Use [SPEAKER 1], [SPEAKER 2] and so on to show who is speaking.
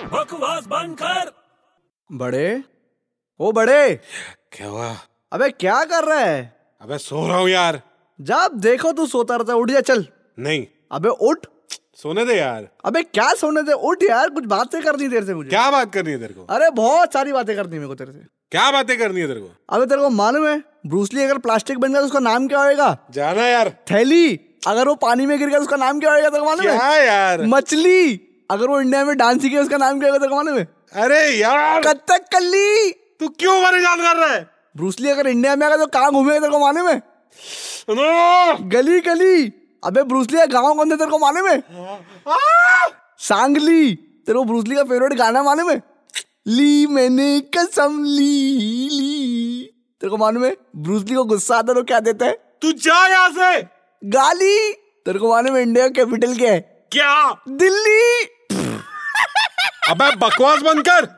[SPEAKER 1] आवाज बंद कर
[SPEAKER 2] बड़े ओ बड़े
[SPEAKER 3] क्या हुआ
[SPEAKER 2] अबे क्या कर रहा है
[SPEAKER 3] अबे सो रहा हूँ यार
[SPEAKER 2] जब देखो तू सोता रहता है, उठ जा चल
[SPEAKER 3] नहीं
[SPEAKER 2] अबे उठ
[SPEAKER 3] सोने दे यार
[SPEAKER 2] अबे क्या सोने दे उठ यार कुछ बातें करनी है तेरे से मुझे
[SPEAKER 3] क्या बात करनी है तेरे को
[SPEAKER 2] अरे बहुत सारी बातें करनी है मेरे को तेरे से
[SPEAKER 3] क्या बातें करनी है तेरे को
[SPEAKER 2] अबे तेरे को मालूम है ब्रूसली अगर प्लास्टिक बन गया तो उसका नाम क्या होएगा
[SPEAKER 3] जाना यार
[SPEAKER 2] थैली अगर वो पानी में गिर गया तो उसका नाम क्या होएगा तेरे को मालूम
[SPEAKER 3] क्या
[SPEAKER 2] है
[SPEAKER 3] यार
[SPEAKER 2] मछली अगर वो इंडिया में डांस सीखे उसका नाम क्या होगा तेरे को मालूम है
[SPEAKER 3] अरे यार
[SPEAKER 2] कथकली
[SPEAKER 3] तू क्यों परेशान कर रहा है
[SPEAKER 2] ब्रूसली अगर इंडिया में आएगा तो कहाँ घूमेगा तेरे को मालूम है
[SPEAKER 3] नो!
[SPEAKER 2] गली गली अबे ब्रूसली का गाँव कौन सा तेरे को मालूम है सांगली तेरे को ब्रूसली का फेवरेट गाना मालूम है ली मैंने कसम ली ली तेरे को मालूम है ब्रूसली को गुस्सा आता है तो क्या देता है
[SPEAKER 3] तू जा यहाँ से
[SPEAKER 2] गाली तेरे को मालूम है इंडिया का कैपिटल क्या है
[SPEAKER 3] क्या
[SPEAKER 2] दिल्ली
[SPEAKER 3] अबे बकवास बंद कर